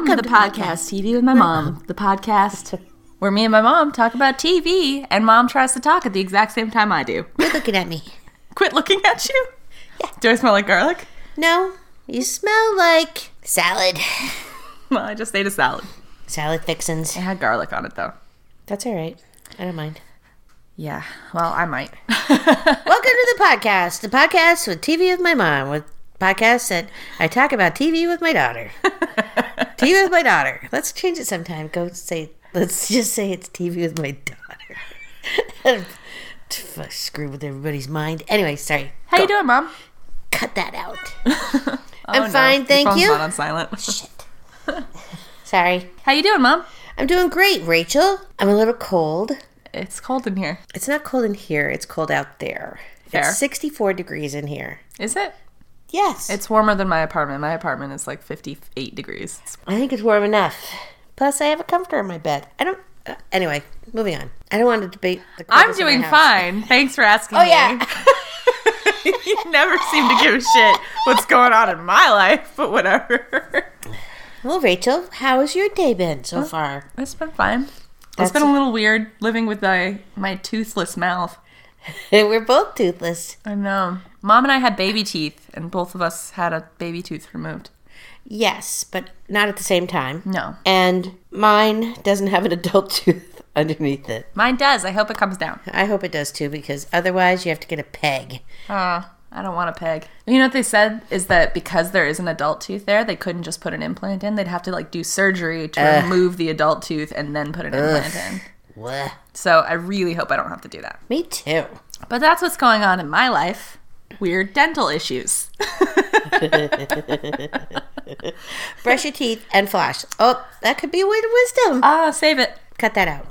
podcast, TV with my mom, the podcast where me and my mom talk about TV, and mom tries to talk at the exact same time I do. You're looking at me. Quit looking at you. Do I smell like garlic? No, you smell like salad. Well, I just ate a salad. Salad fixins. It had garlic on it though. That's all right. I don't mind. Yeah. Well, I might. Welcome to the podcast, the podcast with TV with my mom, with podcasts that I talk about TV with my daughter. TV with my daughter. Let's change it sometime. Go say, let's just say it's TV with my daughter. Fuck, Screw with everybody's mind. Anyway, sorry. How you doing, mom? Cut that out. Oh, I'm no. fine, Your thank phone's you. Not on silent. Sorry. How you doing, mom? I'm doing great, Rachel. I'm a little cold. It's cold in here. It's not cold in here, it's cold out there. Fair. It's 64 degrees in here. Is it? Yes. It's warmer than my apartment. My apartment is like 58 degrees. It's- I think it's warm enough. Plus, I have a comforter in my bed. I don't. Uh, anyway, moving on. I don't want to debate the. I'm coldness of my doing house. fine. Thanks for asking. Oh yeah. you never seem to give a shit what's going on in my life, but whatever. well, Rachel, how has your day been so far? It's been fine. it's That's- been a little weird living with my, my toothless mouth. We're both toothless. I know. Mom and I had baby teeth, and both of us had a baby tooth removed. Yes, but not at the same time. No. And mine doesn't have an adult tooth underneath it. Mine does. I hope it comes down. I hope it does too, because otherwise you have to get a peg. Uh, I don't want a peg. You know what they said is that because there is an adult tooth there, they couldn't just put an implant in. They'd have to like do surgery to remove the adult tooth and then put an implant in. Wah. So I really hope I don't have to do that. Me too. But that's what's going on in my life. Weird dental issues. Brush your teeth and floss. Oh, that could be a way to wisdom. Ah, save it. Cut that out.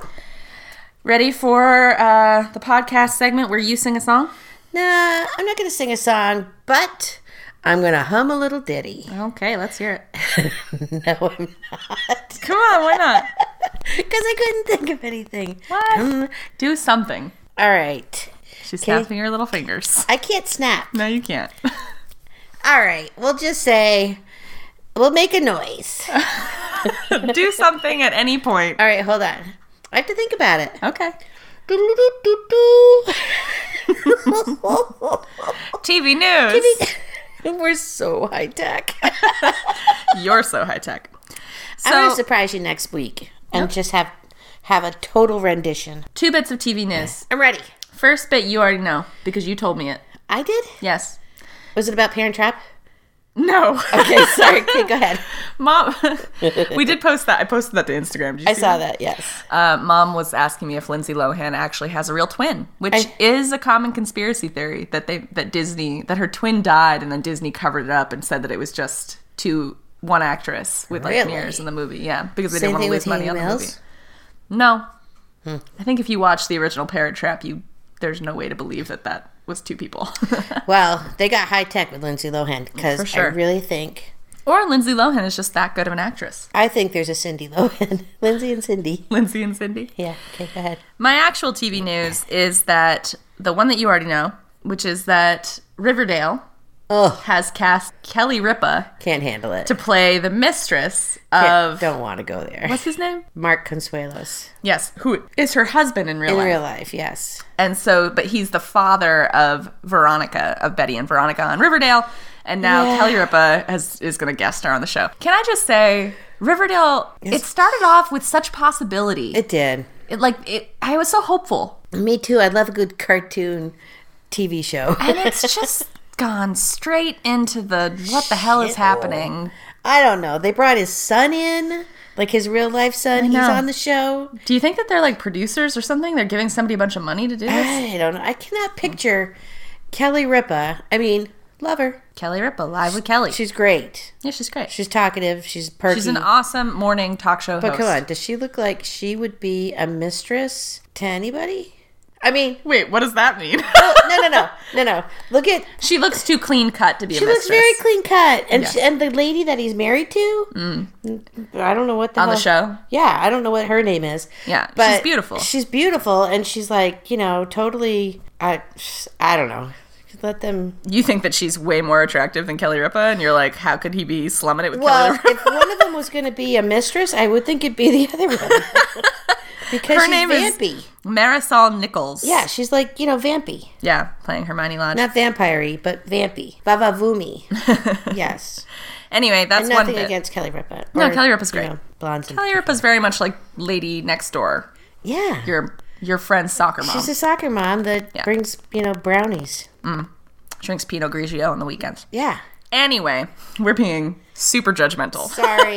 Ready for uh, the podcast segment where you sing a song? Nah, I'm not going to sing a song, but I'm going to hum a little ditty. Okay, let's hear it. No, I'm not. Come on, why not? Because I couldn't think of anything. What? Um, Do something. all right. She's snapping her little fingers. I can't snap. No, you can't. All right. We'll just say, we'll make a noise. All Do something at any point. right. Hold on. I have to think about it. Okay. TV news. We're so high tech. You're so high tech. I'm going to So, surprise you next week and just have have a total rendition. two bits of TV news. I'm ready. First bit you already know because you told me it. I did. Yes. Was it about Parent Trap? No. Okay, sorry. Okay, go ahead. Mom, we did post that. I posted that to Instagram. Did you I see saw that. Yes. Uh, Mom was asking me if Lindsay Lohan actually has a real twin, which I- is a common conspiracy theory that they that Disney that her twin died and then Disney covered it up and said that it was just two one actress with like Really? mirrors in the movie. Yeah, because they Same didn't want to thing lose with Hmm. money Haley on the movie. Mills. No, I think if you watch the original Parrot Trap, you there's no way to believe that that was two people, Well, they got high tech with Lindsay Lohan For because sure. I really think or Lindsay Lohan is just that good of an actress. I think there's a Cindy Lohan, Lindsay and Cindy. Lindsay and Cindy. Yeah. Okay, go ahead. My actual TV news is that the one that you already know, which is that Riverdale Oh, has cast Kelly Ripa can't handle it. to play the mistress Can't- of don't want to go there. what's his name? Mark Consuelos Yes, who is her husband in real in life. real life. Yes. And so, but he's the father of Veronica, of Betty and Veronica on Riverdale. And now Yeah. Kelly Ripa has, is going to guest star on the show. Can I just say, Riverdale, it started off with such possibility. It, It did. like, it, I was so hopeful. Me too. I love a good cartoon TV show. and it's just gone straight into the what the hell is happening. I don't know. They brought his son in, like his real life son. He's know. on the show. Do you think that they're like producers or something? They're giving somebody a bunch of money to do this? I don't know. I cannot picture Kelly Ripa. I mean, love her. Kelly Ripa, live with Kelly. She's great. yeah, she's great. She's talkative. She's perky. She's an awesome morning talk show but host. come on, does she look like she would be a mistress to anybody? I mean, Wait, what does that mean? no, no, no, no, no, no. Look at she looks too clean cut to be she a looks mistress very clean cut, and Yes. Mm. she, and the lady that he's married to, I don't know what the on the hell- show. Yeah, I don't know what her name is. Yeah, she's but beautiful. She's beautiful, and she's like you know totally. I I don't know. let them. You think that she's way more attractive than Kelly Ripa, and you're like, how could he be slumming it with Well, Kelly if Ripa? one of them was going to be a mistress, I would think it'd be the other one. because Her she's name is- vampy. Marisol Nichols. Yeah, she's like, you know, vampy. Yeah, playing Hermione Lodge. Not vampire but vampy. Vavavumi. yes. Anyway, that's one Nothing bit. against Kelly Ripa. No, Kelly Ripa's great. You know, blondes and- Kelly Ripa's very much like Lady Next Door, yeah. your your friend's soccer mom. She's a soccer mom that Yeah. brings, you know, brownies. Drinks Pinot Grigio on the weekends. Yeah. Anyway, we're being super judgmental. Sorry.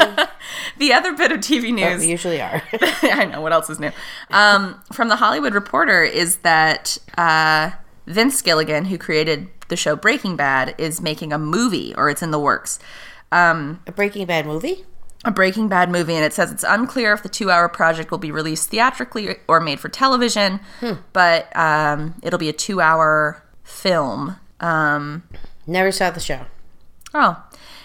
The other bit of TV news. we usually are. I know what else is new. Um, from the Hollywood Reporter is that uh, Vince Gilligan, who created the show Breaking Bad, is making a movie, or it's in the works, a Breaking Bad movie? a Breaking Bad movie, and it says it's unclear if the two-hour project will be released theatrically or made for television, but um, it'll be a two-hour film. Um, Never saw the show. Oh.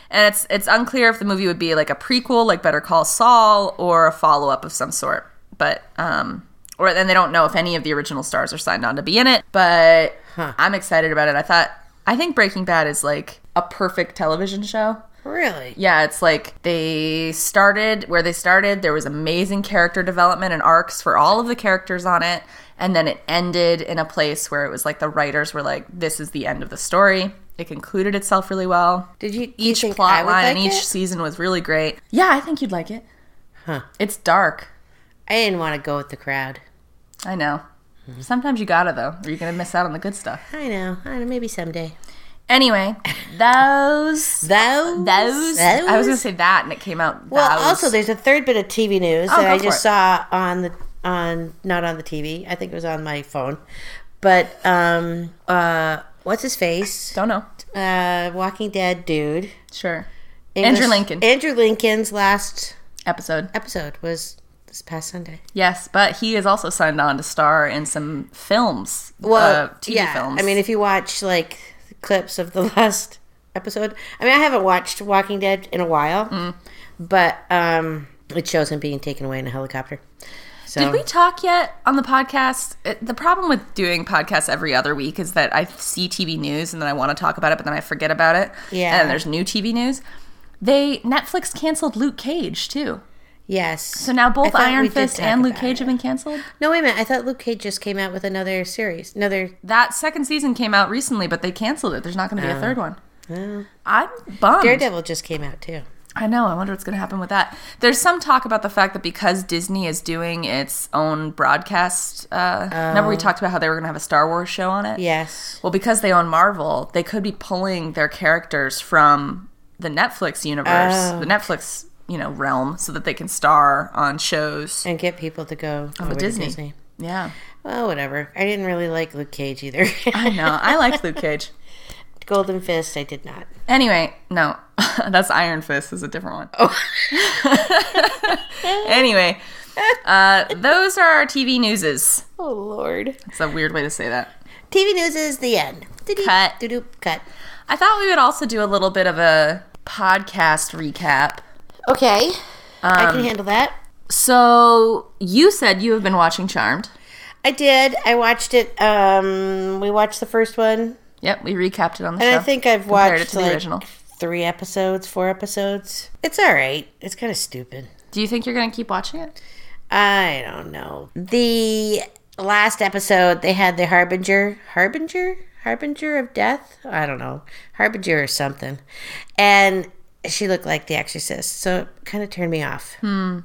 And it's it's unclear if the movie would be like a prequel, like Better Call Saul, or a follow up of some sort. But um, or and they don't know if any of the original stars are signed on to be in it. But I'm excited about it. I thought I think Breaking Bad is like a perfect television show. Really? Yeah, it's like they started where they started. There was amazing character development and arcs for all of the characters on it, and then it ended in a place where it was like the writers were like, "This is the end of the story." It concluded itself really well Did you, you each think I plot would line like and each it? season was really great. Yeah, I think you'd like it. Huh. It's dark. I didn't want to go with the crowd. I know. Mm-hmm. Sometimes you gotta though, or you're gonna miss out on the good stuff. I know. I know. Maybe someday. Anyway, those, Those. those, I was gonna say that, and it came out. Well, those. also there's a third bit of TV news Oh, that go I for just it. saw on the on not on the TV. I think it was on my phone. But um uh what's his face? don't know. Uh Walking Dead dude. Sure. English- Andrew Lincoln Andrew Lincoln's last episode. episode was this past Sunday. Yes, but he is also signed on to star in some films. Well, uh, TV yeah. films. I mean, if you watch like clips of the last episode, I mean, I haven't watched Walking Dead in a while, Mm. but um, it shows him being taken away in a helicopter. So Did we talk yet on the podcast? It, the problem with doing podcasts every other week is that I see TV news and then I want to talk about it, but then I forget about it. Yeah. And then there's new TV news. They Netflix canceled Luke Cage too. Yes. So now both thought we Iron did Fist talk and Luke about Cage it. have been canceled. No, wait a minute. I thought Luke Cage just came out with another series. Another. That second season came out recently, but they canceled it. There's not going to be a third one. I'm bummed. Oh. Daredevil just came out too. I know. I wonder what's going to happen with that. There's some talk about the fact that because Disney is doing its own broadcast, uh, remember we Oh. talked about how they were going to have a Star Wars show on it? Yes. Well, because they own Marvel, they could be pulling their characters from the Netflix universe, Oh. the Netflix, you know, realm, so that they can star on shows. And get people to go over to Disney. Disney. Yeah, Well, whatever. I didn't really like Luke Cage either. I know. I like Luke Cage. Golden Fist, I did not. Anyway, no, that's Iron Fist. Is a different one. Oh. Oh. anyway, uh, those are our TV newses. Oh, Lord. It's a weird way to say that. TV news is the end. Doo-doop, Cut. Doo-doop, cut. I thought we would also do a little bit of a podcast recap. Okay. I Um, can handle that. So you said you have been watching Charmed. I did. I watched it. Um, we watched the first one. Yep, we recapped it on the And show. I think I've Compared it watched to the like original. three episodes, four episodes. It's all right. It's kind of stupid. Do you think you're going to keep watching it? I don't know. The last episode, they had the Harbinger. Harbinger? Harbinger of Death? I don't know. Harbinger or something. And she looked like The Exorcist. So it kind of turned me off. Hmm.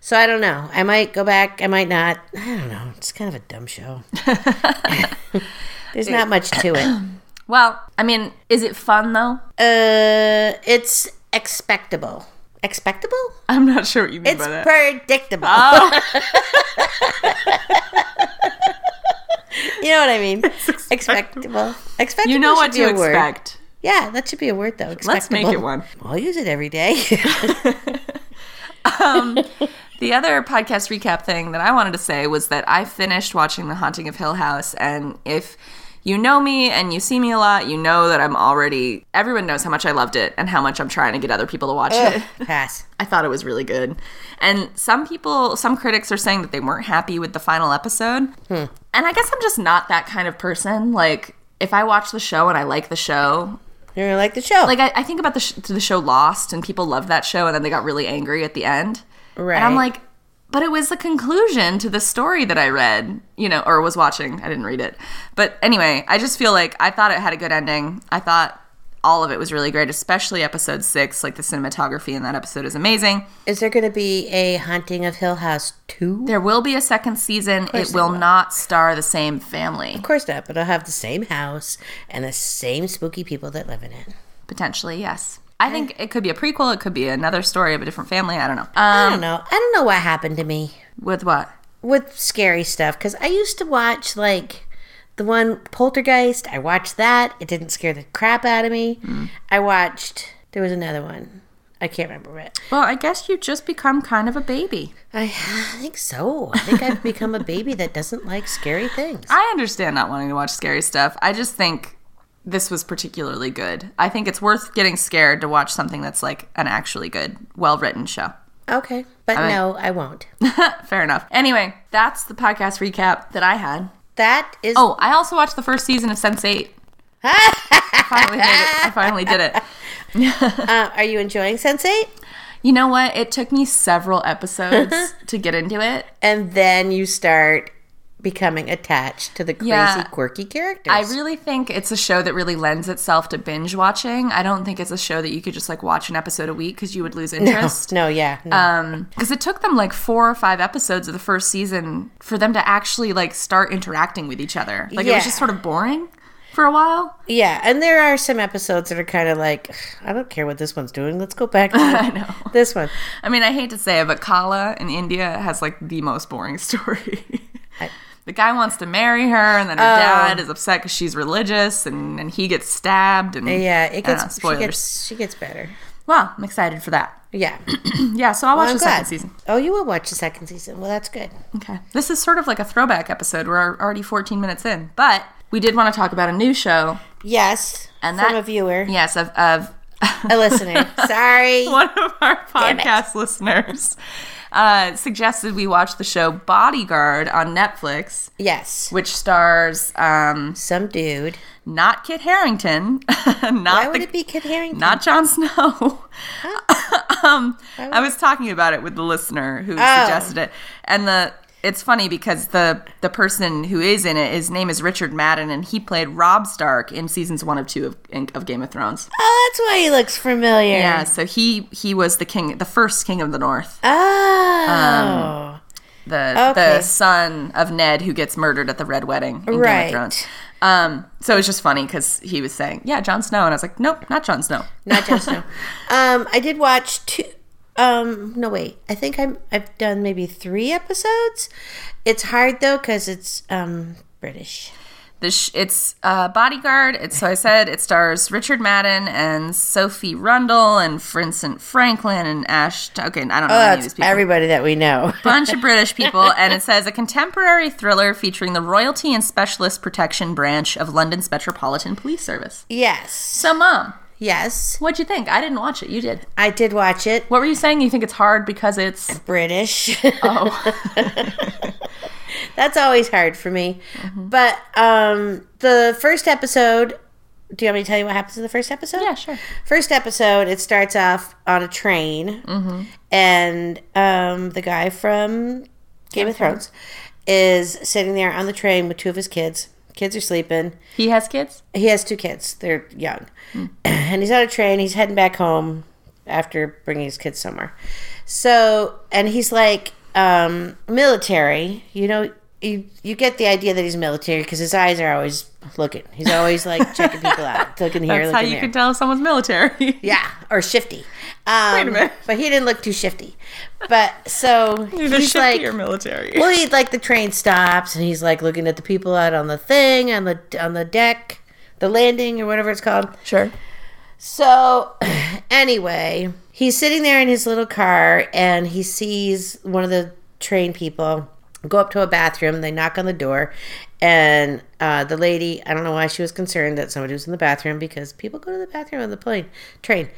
So I don't know. I might go back. I might not. I don't know. It's kind of a dumb show. There's not much to it. Well, I mean, is it fun though? Uh, it's expectable. Expectable? I'm not sure what you mean It's predictable. Oh. you know what I mean? expectable. Expectable. you know should what be to a word. expect. Yeah, that should be a word though. Let's make it expectable. one. I'll use it every day. The other podcast recap thing that I wanted to say was that I finished watching The Haunting of Hill House, and if you know me and you see me a lot, you know that I'm already. Everyone knows how much I loved it and how much I'm trying to get other people to watch it. Pass. I thought it was really good. And some people, some critics are saying that they weren't happy with the final episode. And I guess I'm just not that kind of person. Like, if I watch the show and I like the show, You're gonna like the show. like I, I think about the sh- the show Lost and people loved that show and then they got really angry at the end. And I'm Right. like, but it was the conclusion to the story that I read, you know, or was watching. I didn't read it. But anyway, I just feel like I thought it had a good ending. I thought all of it was really great, especially episode 6, like the cinematography in that episode is amazing. is there gonna be a Haunting of Hill House two? There will be a second season. It will not star the same family, Of course not, but I'll have the same house and the same spooky people that live in it. potentially. Yes. I think it could be a prequel. It could be another story of a different family. I don't know. I Um, don't know. I don't know what happened to me with what? with scary stuff because I used to watch like the one Poltergeist. I watched that. It didn't scare the crap out of me. I watched. There was another one. I can't remember it. Well, I guess you just become kind of a baby. I, I think so. I think I've become a baby that doesn't like scary things. I understand not wanting to watch scary stuff. I just think this was particularly good. I think it's worth getting scared to watch something that's like an actually good, well written show. Okay, but no, I won't. Fair enough. Anyway, that's the podcast recap that I had. That is. Oh, I also watched the first season of Sense Eight. I finally made it. I finally did it. Uh, are you enjoying Sense8? You know what? It took me several episodes to get into it. And then you start becoming attached to the crazy, Yeah. quirky characters. I really think it's a show that really lends itself to binge watching. I don't think it's a show that you could just like watch an episode a week because you would lose interest. no, yeah, no. um because it took them like four or five episodes of the first season for them to actually like start interacting with each other like it Yeah. was just sort of boring for a while yeah. And there are some episodes that are kind of like, I don't care what this one's doing. Let's go back to i know this one. i mean i hate to say it but kala in india has like the most boring story the guy wants to marry her and then her Oh. dad is upset because she's religious and, and he gets stabbed and Yeah, it I don't gets know, she Ah, spoilers gets she gets better. well i'm excited for that Yeah, yeah so i'll watch I'm the glad. second season Oh, you will watch the second season. Well, that's good. Okay. This is sort of like a throwback episode. We're already 14 minutes in, but we did want to talk about a new show. Yes, And from that- a viewer, Yes, of, of a listener. Sorry, one of our Damn it. podcast listeners uh, suggested we watch the show Bodyguard on Netflix, yes, which stars um, some dude. not Kit Harrington, Why not would the it be Kid Harington? not Jon Snow. um, I was talking about it with the listener Oh. who suggested it, and the it's funny because the the person who is in it, his name is Richard Madden, and he played Rob Stark in seasons one of two of, in, of Game of Thrones. oh, that's why he looks familiar. Yeah, so he he was the king, the first king of the North, Um, Oh. the Okay. the son of Ned who gets murdered at the Red Wedding in Game Right. of Thrones. Um, so it's just funny because he was saying, "Yeah, Jon Snow," and I was like, "Nope, not Jon Snow." not just Snow. um, I did watch two. Um, no wait, I think I'm I've done maybe three episodes. It's hard though because it's um British. The sh- it's uh, Bodyguard. It's so I said it stars Richard Madden and Sophie Rundle and Vincent Franklin and Ash. Okay, I don't know any of these Oh, That's people. everybody that we know. Bunch of British people, and it says a contemporary thriller featuring the royalty and specialist protection branch of London's Metropolitan Police Service. yes, So, mom, yes, what'd you think? I didn't watch it. You did. I did watch it. What were you saying? You think it's hard because it's British. oh, That's always hard for me. Mm-hmm. But um, the first episode. Do you want me to tell you what happens in the first episode? yeah, sure. First episode, it starts off on a train, Mm-hmm. and um, the guy from Game of Thrones is sitting there on the train with two of his kids. Kids are sleeping. He has kids. He has two kids. They're young, Mm. and he's on a train. He's heading back home after bringing his kids somewhere. So, and he's like um, military. You know, you you get the idea that he's military because his eyes are always looking. He's always like checking people out, looking here, That's looking how you there. can tell if someone's military. Yeah, or shifty. Um, a minute. But he didn't look too shifty. But so Either he's shifty like, or military. well, he like the train stops and he's like looking at the people out on the thing on the on the deck, the landing or whatever it's called. Sure. So, anyway, he's sitting there in his little car and he sees one of the train people go up to a bathroom. They knock on the door, and uh, the lady, I don't know why she was concerned that somebody was in the bathroom because people go to the bathroom on the plane, train.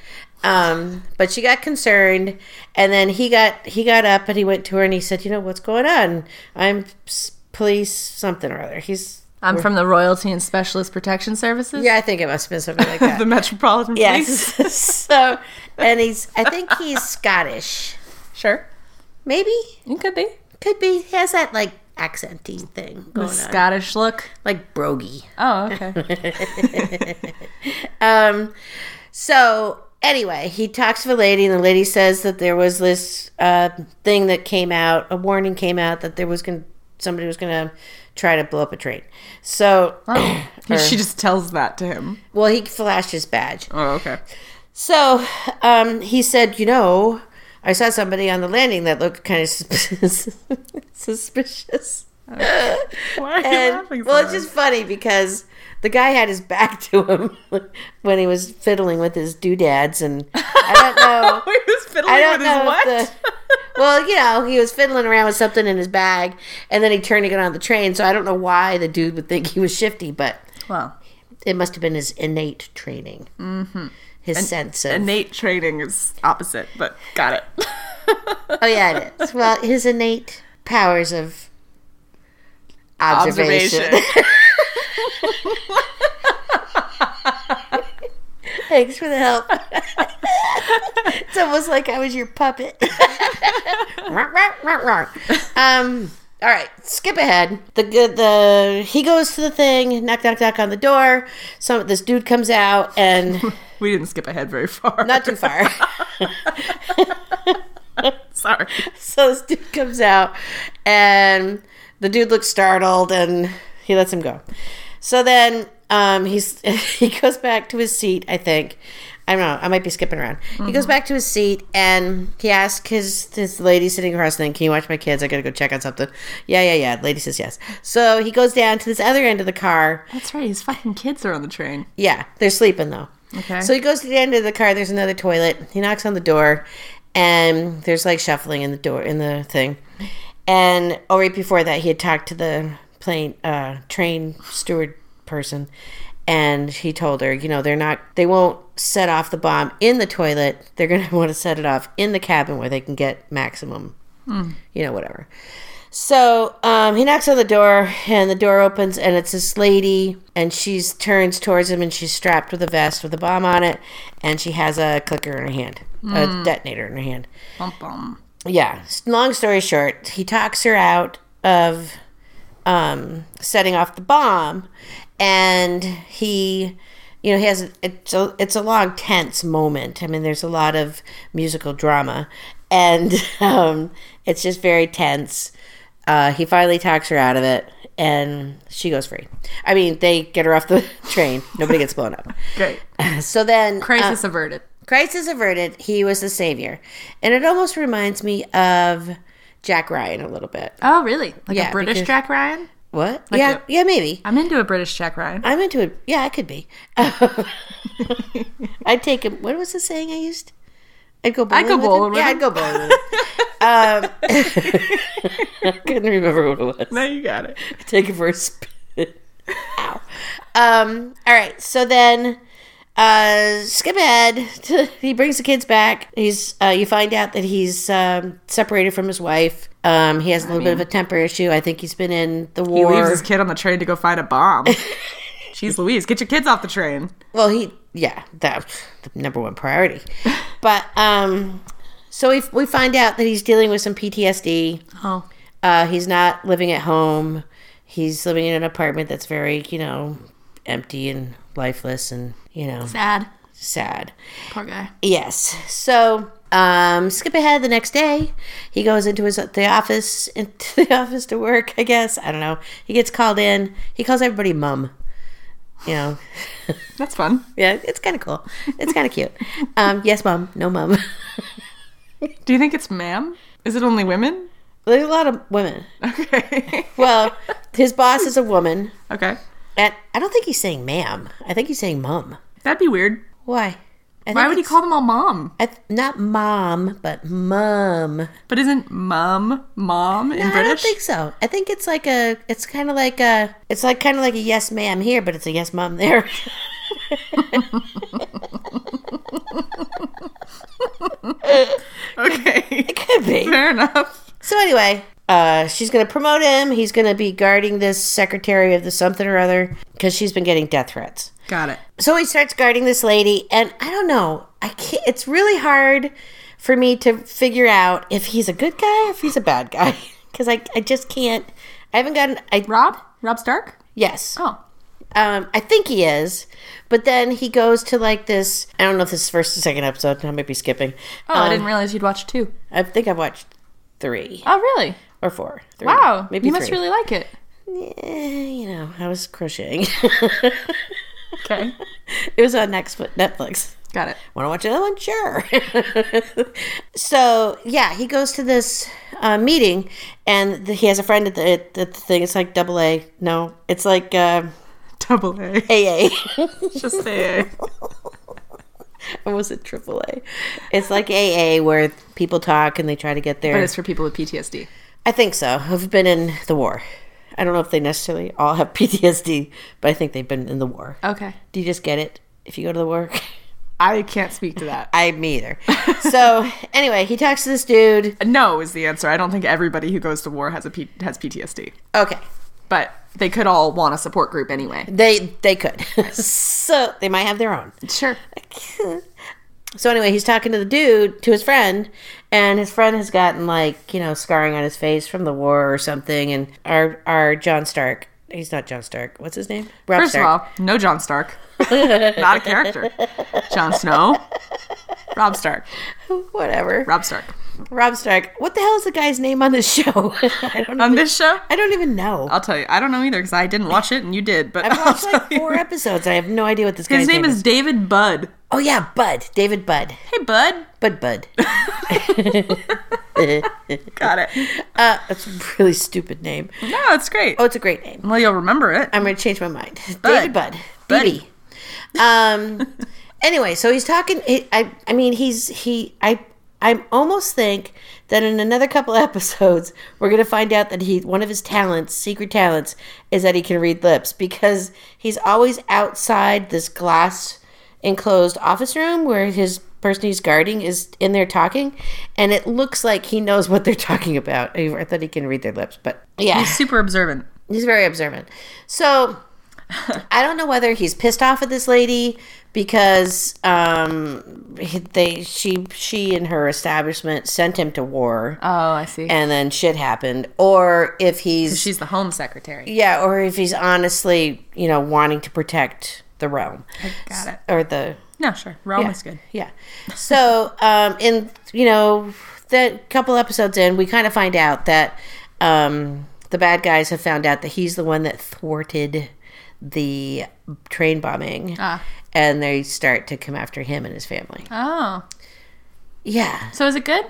Um, but she got concerned, and then he got he got up and he went to her and he said, "You know what's going on? I'm s- police something or other." He's I'm from the Royalty and Specialist Protection Services. Yeah, I think it must have been something like that. The Metropolitan Police. yes. so, and he's, I think he's Scottish. Sure. Maybe. It could be. Could be. He has that like accenty thing going on. Scottish look. Like brogy. Oh, okay. Um, so anyway, he talks to a lady, and the lady says that there was this uh, thing that came out, a warning came out that there was going somebody was going to try to blow up a train. So, she just tells that to him. well, he flashed his badge. Oh, okay. So um, he said, you know. I saw somebody on the landing that looked kind of suspicious. suspicious. Why are you laughing And, so well, it's much? just funny because the guy had his back to him when he was fiddling with his doodads, and I don't know. Wait, who's fiddling I don't with know. his what? if the- well, you know, he was fiddling around with something in his bag, and then he turned to get on the train. So I don't know why the dude would think he was shifty, but well, it must have been his innate training, mm-hmm. his sense of innate training is opposite, but got it. oh yeah, it is. Well, his innate powers of observation. Thanks for the help. it's almost like I was your puppet. Rawr, rawr, rawr, rawr. um, all right, skip ahead. The good, the he goes to the thing, knock, knock, knock on the door. Some this dude comes out, and we didn't skip ahead very far. not too far. Sorry. so this dude comes out, and the dude looks startled, and he lets him go. So then um, he's he goes back to his seat. I think I don't know. I might be skipping around. He goes back to his seat, and he asks his this lady sitting across the thing, "Can you watch my kids? I gotta go check on something." Yeah, yeah, yeah. The lady says yes. So he goes down to this other end of the car. That's right. His fucking kids are on the train. Yeah, they're sleeping though. Okay. So he goes to the end of the car. There's another toilet. He knocks on the door, and there's like shuffling in the door in the thing. And oh, right before that, he had talked to the plane uh, train steward person, and he told her, you know, they're not, they won't set off the bomb in the toilet. They're gonna want to set it off in the cabin where they can get maximum, you know, whatever. So um, he knocks on the door, and the door opens, and it's this lady, and she turns towards him, and she's strapped with a vest with a bomb on it, and she has a clicker in her hand, a detonator in her hand. Bum, bum. Yeah. s- Long story short, he talks her out of um, setting off the bomb, and he, you know, he has it's a it's a long tense moment. I mean, there's a lot of musical drama, and um, it's just very tense. Uh, he finally talks her out of it, and she goes free. I mean, they get her off the train. Nobody gets blown up. Great. So then, Crisis averted. Crisis averted. He was the savior, and it almost reminds me of Jack Ryan a little bit. Oh, really? Like yeah, a British because- Jack Ryan? What? yeah, a- yeah, maybe. I'm into a British Jack Ryan. I'm into it. Yeah, I could be. I'd take him. What was the saying I used? I'd go bowling. go with him? bowling with yeah, him. I'd go bowling. With him. um, I couldn't remember what it was. Now you got it. take it for a spin. Ow. Um, all right. So then, uh, skip ahead. he brings the kids back. He's uh, you find out that he's um, separated from his wife. Um, he has a little bit of a temper issue. I think he's been in the He war. leaves his kid on the train to go find a bomb. Jeez Louise, get your kids off the train. well, he yeah, that's the number one priority. but um, so we we find out that he's dealing with some PTSD. Oh. Uh, he's not living at home. He's living in an apartment that's very, you know, empty and lifeless and, you know, Sad. sad. Poor guy. Yes. So, um, skip ahead the next day. He goes into his the office into the office to work, I guess. I don't know. He gets called in. He calls everybody mum. You know. That's fun. yeah, it's kind of cool. It's kind of cute. Um, yes, mum. No, mum. Do you think it's ma'am? Is it only women? There's a lot of women. Okay. Well, his boss is a woman. okay. And I don't think he's saying ma'am. I think he's saying mum. That'd be weird. Why? I Why think would he it's- call them all mom? I th- not mom, but mum. But isn't mum mom in I don't British? think so. I think it's like a. It's kind of like a. It's like kind of like a yes ma'am here, but it's a yes mom there. okay. Could be. Fair enough. So anyway, Uh, she's going to promote him. He's going to be guarding this secretary of the something or other because she's been getting death threats. Got it. So he starts guarding this lady, and I don't know. I can't, it's really hard for me to figure out if he's a good guy or if he's a bad guy because I, I just can't. I haven't gotten. I Rob? Rob Stark? yes. Oh. Um, I think he is, but then he goes to like this. I don't know if this is first or second episode. I might be skipping. Oh, I didn't realize you'd watched two. I think I've watched three Oh, really? or four. Three. Wow. maybe you three. must really like it. Eh, you know, I was crocheting. Okay. it was on next Netflix. Got it. Want to watch another one? Sure. so yeah, he goes to this uh, meeting, and the, he has a friend at the, at the thing. It's like double A. No, it's like uh, Double A. AA. Just A. or was it triple A? It's like AA where people talk and they try to get But there. it's for people with PTSD. I think so. Who've been in the war? I don't know if they necessarily all have PTSD, but I think they've been in the war. Okay. Do you just get it if you go to the war? I can't speak to that. I me either. so anyway, he talks to this dude. No is the answer. I don't think everybody who goes to war has a P- has PTSD, Okay, but they could all want a support group anyway. they they could. so they might have their own. Sure. So anyway, he's talking to the dude, to his friend, and his friend has gotten like, you know, scarring on his face from the war or something and our our John Stark. He's not John Stark. What's his name? Rob First of all, no John Stark. Not a character. Jon Snow. Rob Stark. Whatever. Rob-, Rob Stark. Stark. What the hell is the guy's name on this show? I don't On even, this show, I don't even know. I'll tell you. I don't know either because I didn't watch it and you did. But I've I'll watched tell like you. four episodes. I have no idea what this guy's His name is David Budd. Oh yeah, Bud. David Bud. Hey, Bud. Bud Bud. Got it. Uh, that's a really stupid name. No, it's great. Oh, it's a great name. Well, you'll remember it. I'm gonna change my mind. David Bud. Buddy. BB. Um anyway, so he's talking he, I I mean he's he I I almost think that in another couple episodes we're gonna find out that he one of his talents, secret talents, is that he can read lips because he's always outside this glass enclosed office room where his person he's guarding is in there talking and it looks like he knows what they're talking about. I I thought he can read their lips, but yeah. Super observant. He's very observant. So I don't know whether he's pissed off at this lady because um, he- they she she and her establishment sent him to war, Oh, I see. and then shit happened, or if he's She's the home secretary. yeah, or if he's honestly you know wanting to protect the realm Got it. or the No, sure. We're almost good. yeah. So, um, in you know, the couple episodes in, we kind of find out that um, the bad guys have found out that he's the one that thwarted the train bombing, Ah. and they start to come after him and his family. Oh. Yeah. So is it good?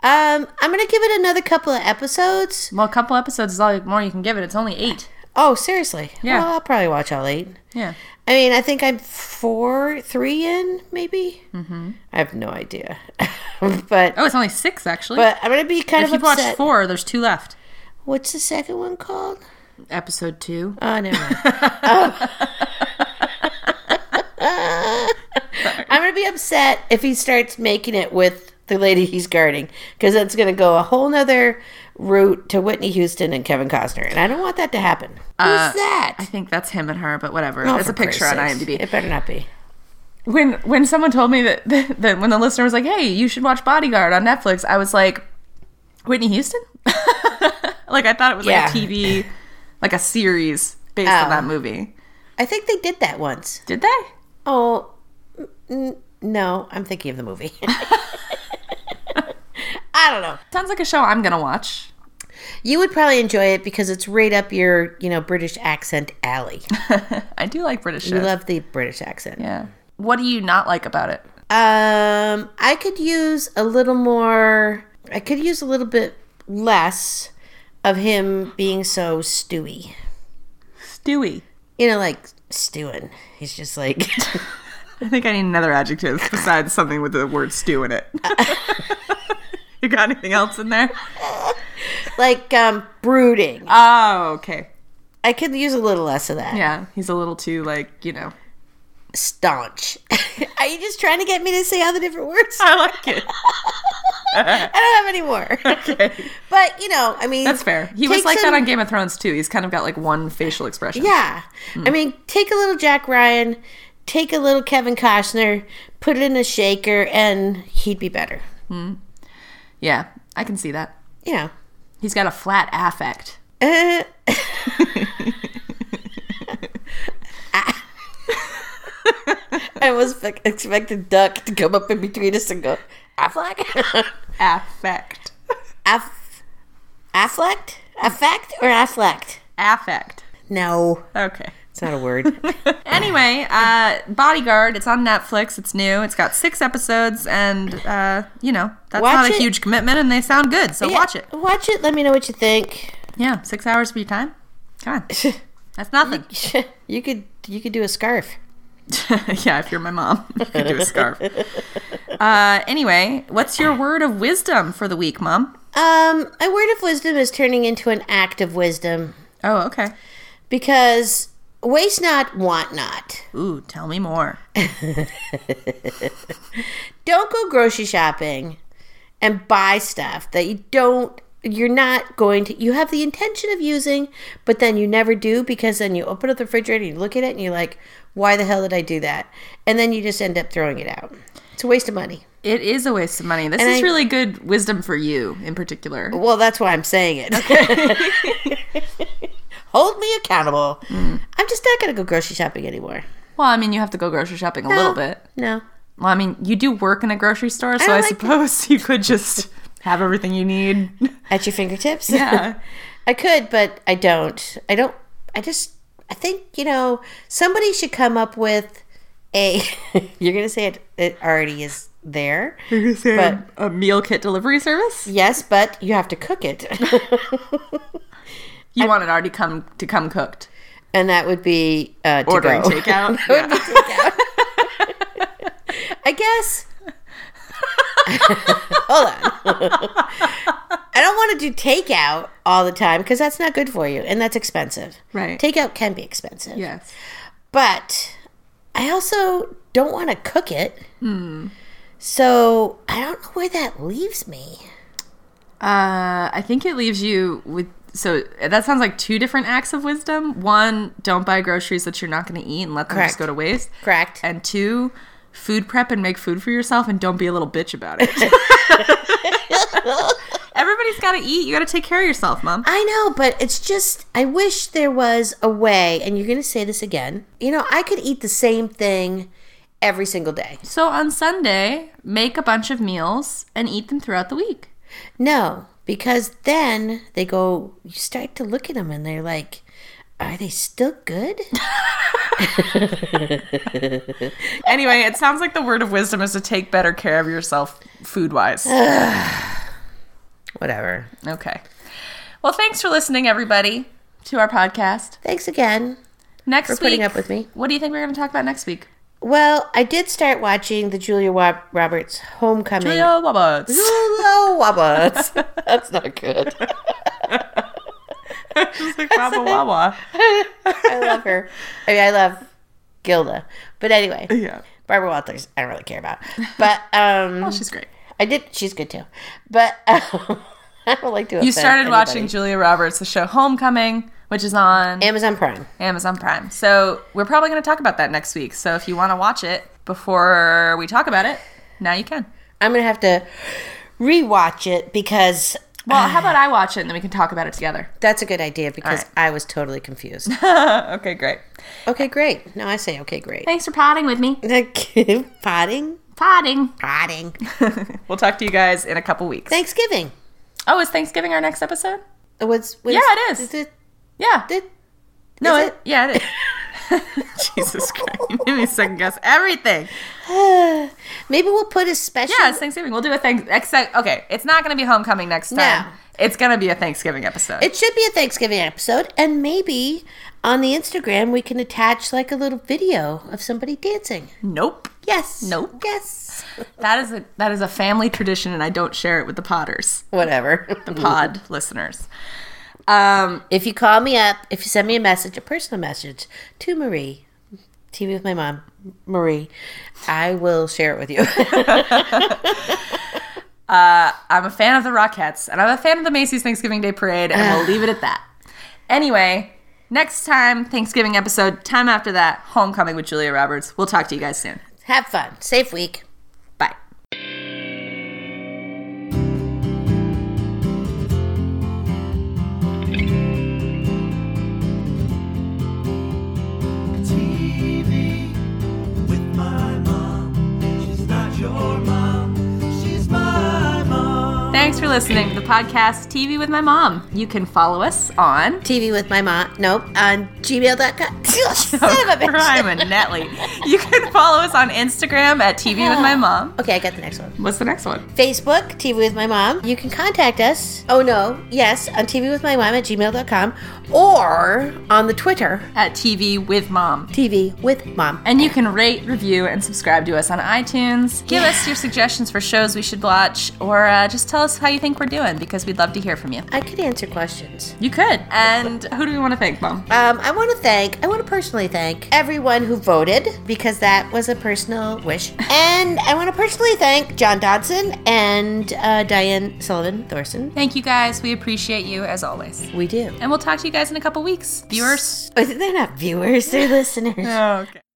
Um, I'm gonna give it another couple of episodes. Well, a couple episodes is all more you can give it. It's only eight. Oh, seriously? Yeah. Well, I'll probably watch all eight. Yeah. I mean, I think I'm four, three in, maybe. Mm-hmm. I have no idea, but. Oh, it's only six actually. But I'm gonna be kind if of you've upset. watched four, there's two left. What's the second one called? Episode two. Oh, never mind. I'm gonna be upset if he starts making it with the lady he's guarding because that's gonna go a whole nother route to Whitney Houston and Kevin Costner, and I don't want that to happen. Who's Uh, I that? think that's him and her, but whatever. Oh, it's for a picture Christ's on sakes. IMDb. It better not be. When when someone told me that, that, that when the listener was like, "Hey, you should watch Bodyguard on Netflix," I was like, "Whitney Houston?" like I thought it was Yeah. like a TV, like a series based Oh. on that movie. I think they did that once. Did they? Oh, n- no, I'm thinking of the movie. I don't know. Sounds like a show I'm gonna watch. You would probably enjoy it because it's right up your, you know, British accent alley. I do like British You shows. love the British accent. yeah. What do you not like about it? Um, I could use a little more. I could use a little bit less of him being so stewy. Stewie. You know, like stewing. He's just like I think I need another adjective besides something with the word stew in it. you got anything else in there? like um brooding. Oh, okay. I could use a little less of that. Yeah, he's a little too like you know. Uh, Staunch. Are you just trying to get me to say all the different words? I like it. I don't have any more. Okay. But you know, I mean, That's fair. He was take like some- that on Game of Thrones too. He's kind of got like one facial expression. Yeah, I mean, take a little Jack Ryan, take a little Kevin Costner, put it in a shaker, and he'd be better. Yeah, I can see that. You know. He's got a flat affect. Uh, I was expected Duck to come up in between us and go, Affleck? Affect. Aff- Affleck? Affect or Affleck? Affect. No, Okay. it's not a word. Anyway, uh, Bodyguard. It's on Netflix. It's new. It's got six episodes, and uh, you know that's Watch not a it. huge commitment, and they sound good. So watch it. Watch it. Let me know what you think. Yeah, six hours of your time. Come on, that's nothing. you could you could do a scarf. yeah, if you're my mom, you could do a scarf. Uh, anyway, what's your word of wisdom for the week, mom? Um, a word of wisdom is turning into an act of wisdom Oh, okay. because waste not, want not. Ooh, tell me more. Don't go grocery shopping and buy stuff that you don't you're not going to you have the intention of using but then you never do because then you open up the refrigerator you look at it and you're like why the hell did i do that and then you just end up throwing it out it's a waste of money It is a waste of money. This is I- Oh. really good wisdom for you in particular. Well, that's why I'm saying it. Hold me accountable. I'm just not going to go grocery shopping anymore. Well, I mean, you have to go grocery shopping a little bit. No. Well, I mean, you do work in a grocery store, so I, like to- suppose you could just have everything you need. At your fingertips? Yeah. I could, but I don't. I don't. I just. I think, you know, somebody should come up with a. you're going to say it, it already is there. but a meal kit delivery service? Yes, but you have to cook it. You want it already come to come cooked. and that would be uh, to Ordering go. takeout. That would be Yeah. takeout. I guess. Hold on. I don't want to do takeout all the time because that's not good for you and that's expensive. Right. Takeout can be expensive. yes. But I also don't want to cook it. Hmm. So I don't know where that leaves me. Uh, I think it leaves you with. So that sounds like two different acts of wisdom. One, don't buy groceries that you're not going to eat and let them just Correct. go to waste. Correct. And two, food prep and make food for yourself and don't be a little bitch about it. Everybody's got to eat. You got to take care of yourself, mom. I know, but it's just, I wish there was a way, and you're going to say this again. You know, I could eat the same thing every single day. So on Sunday, make a bunch of meals and eat them throughout the week. No, because then they go, you start to look at them and they're like, are they still good? Anyway, it sounds like the word of wisdom is to take better care of yourself food wise. Whatever. Okay. Well, thanks for listening, everybody, to our podcast. Thanks again. Next For putting week, up with me. What do you think we're going to talk about next week? Well, I did start watching the Julia Wa- Roberts Homecoming. Leo Wabots. Hello, Wabbits. That's not good. It's like Wabba Wawa. I love her. I mean, I love Gilda. But anyway, Yeah. Barbara Walters, I don't really care about. But um, She's great. I did, she's good too. But um, I don't like to You started watching Julia Roberts, the show Homecoming, which is on Amazon Prime. Amazon Prime. So we're probably going to talk about that next week. So if you want to watch it before we talk about it, now you can. I'm gonna have to rewatch it because Well, how about I watch it and then we can talk about it together? that's a good idea because All I was totally confused. okay, great. okay, great. No, I say okay, great. Thanks for potting with me. potting, Potting. potting. we'll talk to you guys in a couple weeks. Thanksgiving. Oh, is Thanksgiving our next episode? It was, was Yeah, it is. it, Yeah. it- No, is it, yeah, it is. Jesus Christ. You made me second guess everything. maybe we'll put a special. Yeah, it's Thanksgiving. We'll do a thanks. Except, okay, it's not going to be homecoming next time. No. It's going to be a Thanksgiving episode. It should be a Thanksgiving episode, and maybe on the Instagram we can attach like a little video of somebody dancing. nope. Yes. Nope. Yes. That is a that is a family tradition, and I don't share it with the Potters, Whatever. the Pod Mm. listeners. Um, If you call me up, if you send me a message, a personal message to Marie, TV with my mom, Marie, I will share it with you. Uh, I'm a fan of the Rockettes, and I'm a fan of the Macy's Thanksgiving Day Parade, and we'll leave it at that. Anyway, next time, Thanksgiving episode, time after that, Homecoming with Julia Roberts. We'll talk to you guys soon. Have fun. Safe week. Bye. TV with my mom. She's not your mom, she's my mom. Thanks for listening to the podcast TV with my mom. You can follow us on TV with my mom. Nope. On gmail.com. Son of a bitch. Crime and Netley. You can follow us on Instagram at TV with my mom. Okay, I got the next one. What's the next one? Facebook, TV with my mom. You can contact us. Oh, no. Yes, on TV with my mom at gmail.com or on the Twitter, At TV with mom. TV with mom. And you can rate, review, and subscribe to us on iTunes. Give us your suggestions for shows we should watch, or uh, just tell us how you think we're doing because we'd love to hear from you. I could answer questions. You could. And who do we want to thank, Mom? Um, I want to thank, I want to personally thank everyone who voted because that was a personal wish. And I want to personally thank John Dodson and uh, Diane Sullivan Thorson. Thank you guys. We appreciate you as always. We do. And we'll talk to you guys in a couple weeks. Viewers. Oh, they're not viewers, they're listeners. Oh, okay.